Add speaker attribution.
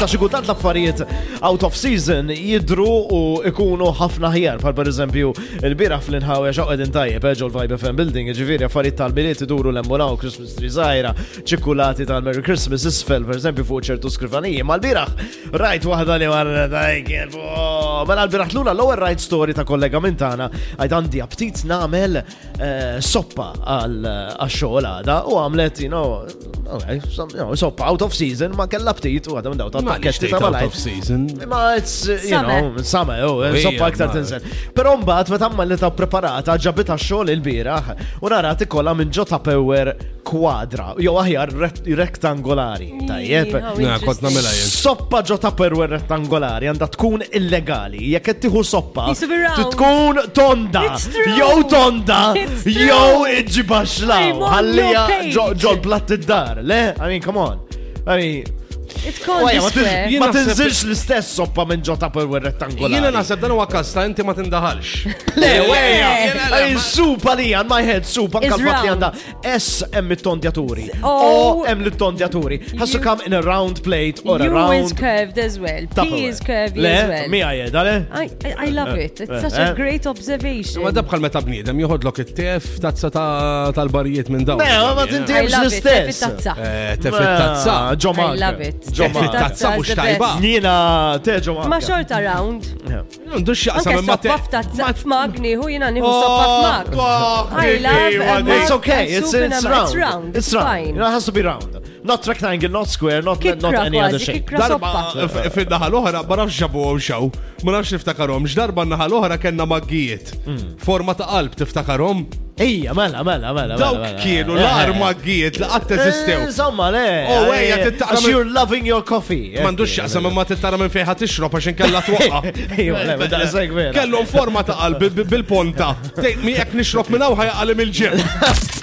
Speaker 1: ta' xikutant l-affarijiet out of season jidru u ikunu ħafna ħjar, pal per eżempju il-bira fl-inħawja xaqed intajjeb, eġol eh, Vibe FM Building, ġifiri affarijiet tal-biliet iduru l-emmolaw, Christmas tree zaħira, ċikulati tal-Merry Christmas isfel, per eżempju fuq ċertu skrifaniji, ma l-biraħ rajt wahda li marra dajkir, mela l-biraħ l-una l-ewwel rajt story ta' kollega mintana, għajt għandi aptit namel eh, soppa għal-xogħol għada u għamlet, you know, okay, some- you know, soppa out of season ma kella ptit u għadam daw ta'
Speaker 2: Ma
Speaker 1: pakketti ta'
Speaker 2: out
Speaker 1: malajt.
Speaker 2: of season.
Speaker 1: Ma it's, you
Speaker 3: Summer.
Speaker 1: know, summer, oh,
Speaker 2: Ija,
Speaker 1: soppa aktar
Speaker 2: ma-
Speaker 1: tinsen. Pero mbagħad meta li ta' preparata ġabita xogħol il-bieraħ u narat ikolla minn ġo ta' power kwadra, jew aħjar rett- rektangolari. Tajjeb.
Speaker 3: Ih, oh,
Speaker 2: Na, kont namela jien.
Speaker 1: Soppa ġo ta' perwer rettangolari għandha tkun illegali. Jekk qed tieħu soppa,
Speaker 3: Piece of round.
Speaker 1: tkun tonda.
Speaker 3: It's true.
Speaker 1: Jew tonda,
Speaker 3: It's true.
Speaker 1: jew iġiba xlaw.
Speaker 3: I'm on
Speaker 1: Ħallija
Speaker 3: your page.
Speaker 1: ġo ġo l-platt id-dar. Le, I mean, come on. I mean,
Speaker 3: It's called
Speaker 1: Wajja, ma
Speaker 3: this
Speaker 1: tin-
Speaker 3: way.
Speaker 2: Jien
Speaker 1: ma
Speaker 2: naħseb-
Speaker 1: tinżilx l-istess soppa minn ġo ta' perwer rettangolari. Eh,
Speaker 2: Jiena naħseb dan huwa kas ta' inti ma tindaħalx.
Speaker 1: Le,
Speaker 3: Eh,
Speaker 2: Jiena le,
Speaker 1: weja!
Speaker 2: ma-
Speaker 1: Supa li għan my head, supa
Speaker 3: Is
Speaker 1: kalfat li
Speaker 3: eh. round.
Speaker 1: għanda S M it-tondjaturi.
Speaker 3: O-
Speaker 1: O M l-tondjaturi. Has to
Speaker 3: You-
Speaker 1: come in a round plate or a
Speaker 3: U is
Speaker 1: round.
Speaker 3: curved as well. P
Speaker 1: Tupperware.
Speaker 3: is curvy
Speaker 1: Le,
Speaker 3: as well. Ah.
Speaker 1: mi għajed, għale?
Speaker 3: I, I, I love it. It's
Speaker 1: Eh,
Speaker 3: such a
Speaker 1: eh.
Speaker 3: great observation.
Speaker 2: Ma dabħal meta bniedem joħodlok it-tef tazza ta' tal-barijiet minn dawn.
Speaker 1: Le, ma tinti
Speaker 3: I
Speaker 1: jibx
Speaker 3: love it. Tef
Speaker 1: l-istess.
Speaker 3: it-tazza.
Speaker 2: Eh, Tef
Speaker 1: Ah,
Speaker 2: it-tazza.
Speaker 1: Ġomma.
Speaker 3: I love it.
Speaker 1: Ġomma.
Speaker 3: Tef it-tazza.
Speaker 2: Tazza mhux
Speaker 3: is the
Speaker 2: tajba.
Speaker 3: best.
Speaker 1: Jina, te ġomma.
Speaker 3: Ma xort around.
Speaker 2: Ndux
Speaker 3: Anke
Speaker 2: jaqsam imma
Speaker 3: soppa f'tazza f'magni, hu jina nieħu soppa
Speaker 1: Oh,
Speaker 3: f'mag. I love
Speaker 1: It's okay,
Speaker 3: It's
Speaker 1: it's,
Speaker 3: soup
Speaker 1: it's
Speaker 3: and
Speaker 1: round.
Speaker 3: it's round,
Speaker 1: It's
Speaker 3: it's
Speaker 1: round.
Speaker 3: fine.
Speaker 1: You know, it has to be round. Not rectangle, not square, not, not
Speaker 3: Kikra
Speaker 1: any other
Speaker 3: kważi,
Speaker 1: shape.
Speaker 3: kikra soppa.
Speaker 2: Darba, f- fid-daħal oħra, ma nafx ġabu għom xaw, ma nafx niftakarhom, x'darba n-naħal oħra kena maggijiet. Forma ta' qalb tiftakarhom,
Speaker 1: Ija, mela, mela, mela.
Speaker 2: dawk kienu l-ar
Speaker 1: Eh,
Speaker 2: maggijiet li qatt eżistew.
Speaker 1: Insomma, le.
Speaker 2: Oh, wejja, tittaqra
Speaker 1: As
Speaker 2: minn-
Speaker 1: you're loving your coffee.
Speaker 2: Mandux jaqsam imma tittara minn fejħa tixrob għax inkella
Speaker 1: Ejwa, le, ma daqs hekk vera.
Speaker 2: twaqqa. Kellhom forma ta' qalb bil- bil- bil-ponta. Tejt mi jekk nixrob minn hawn ħajaqalim il-ġem.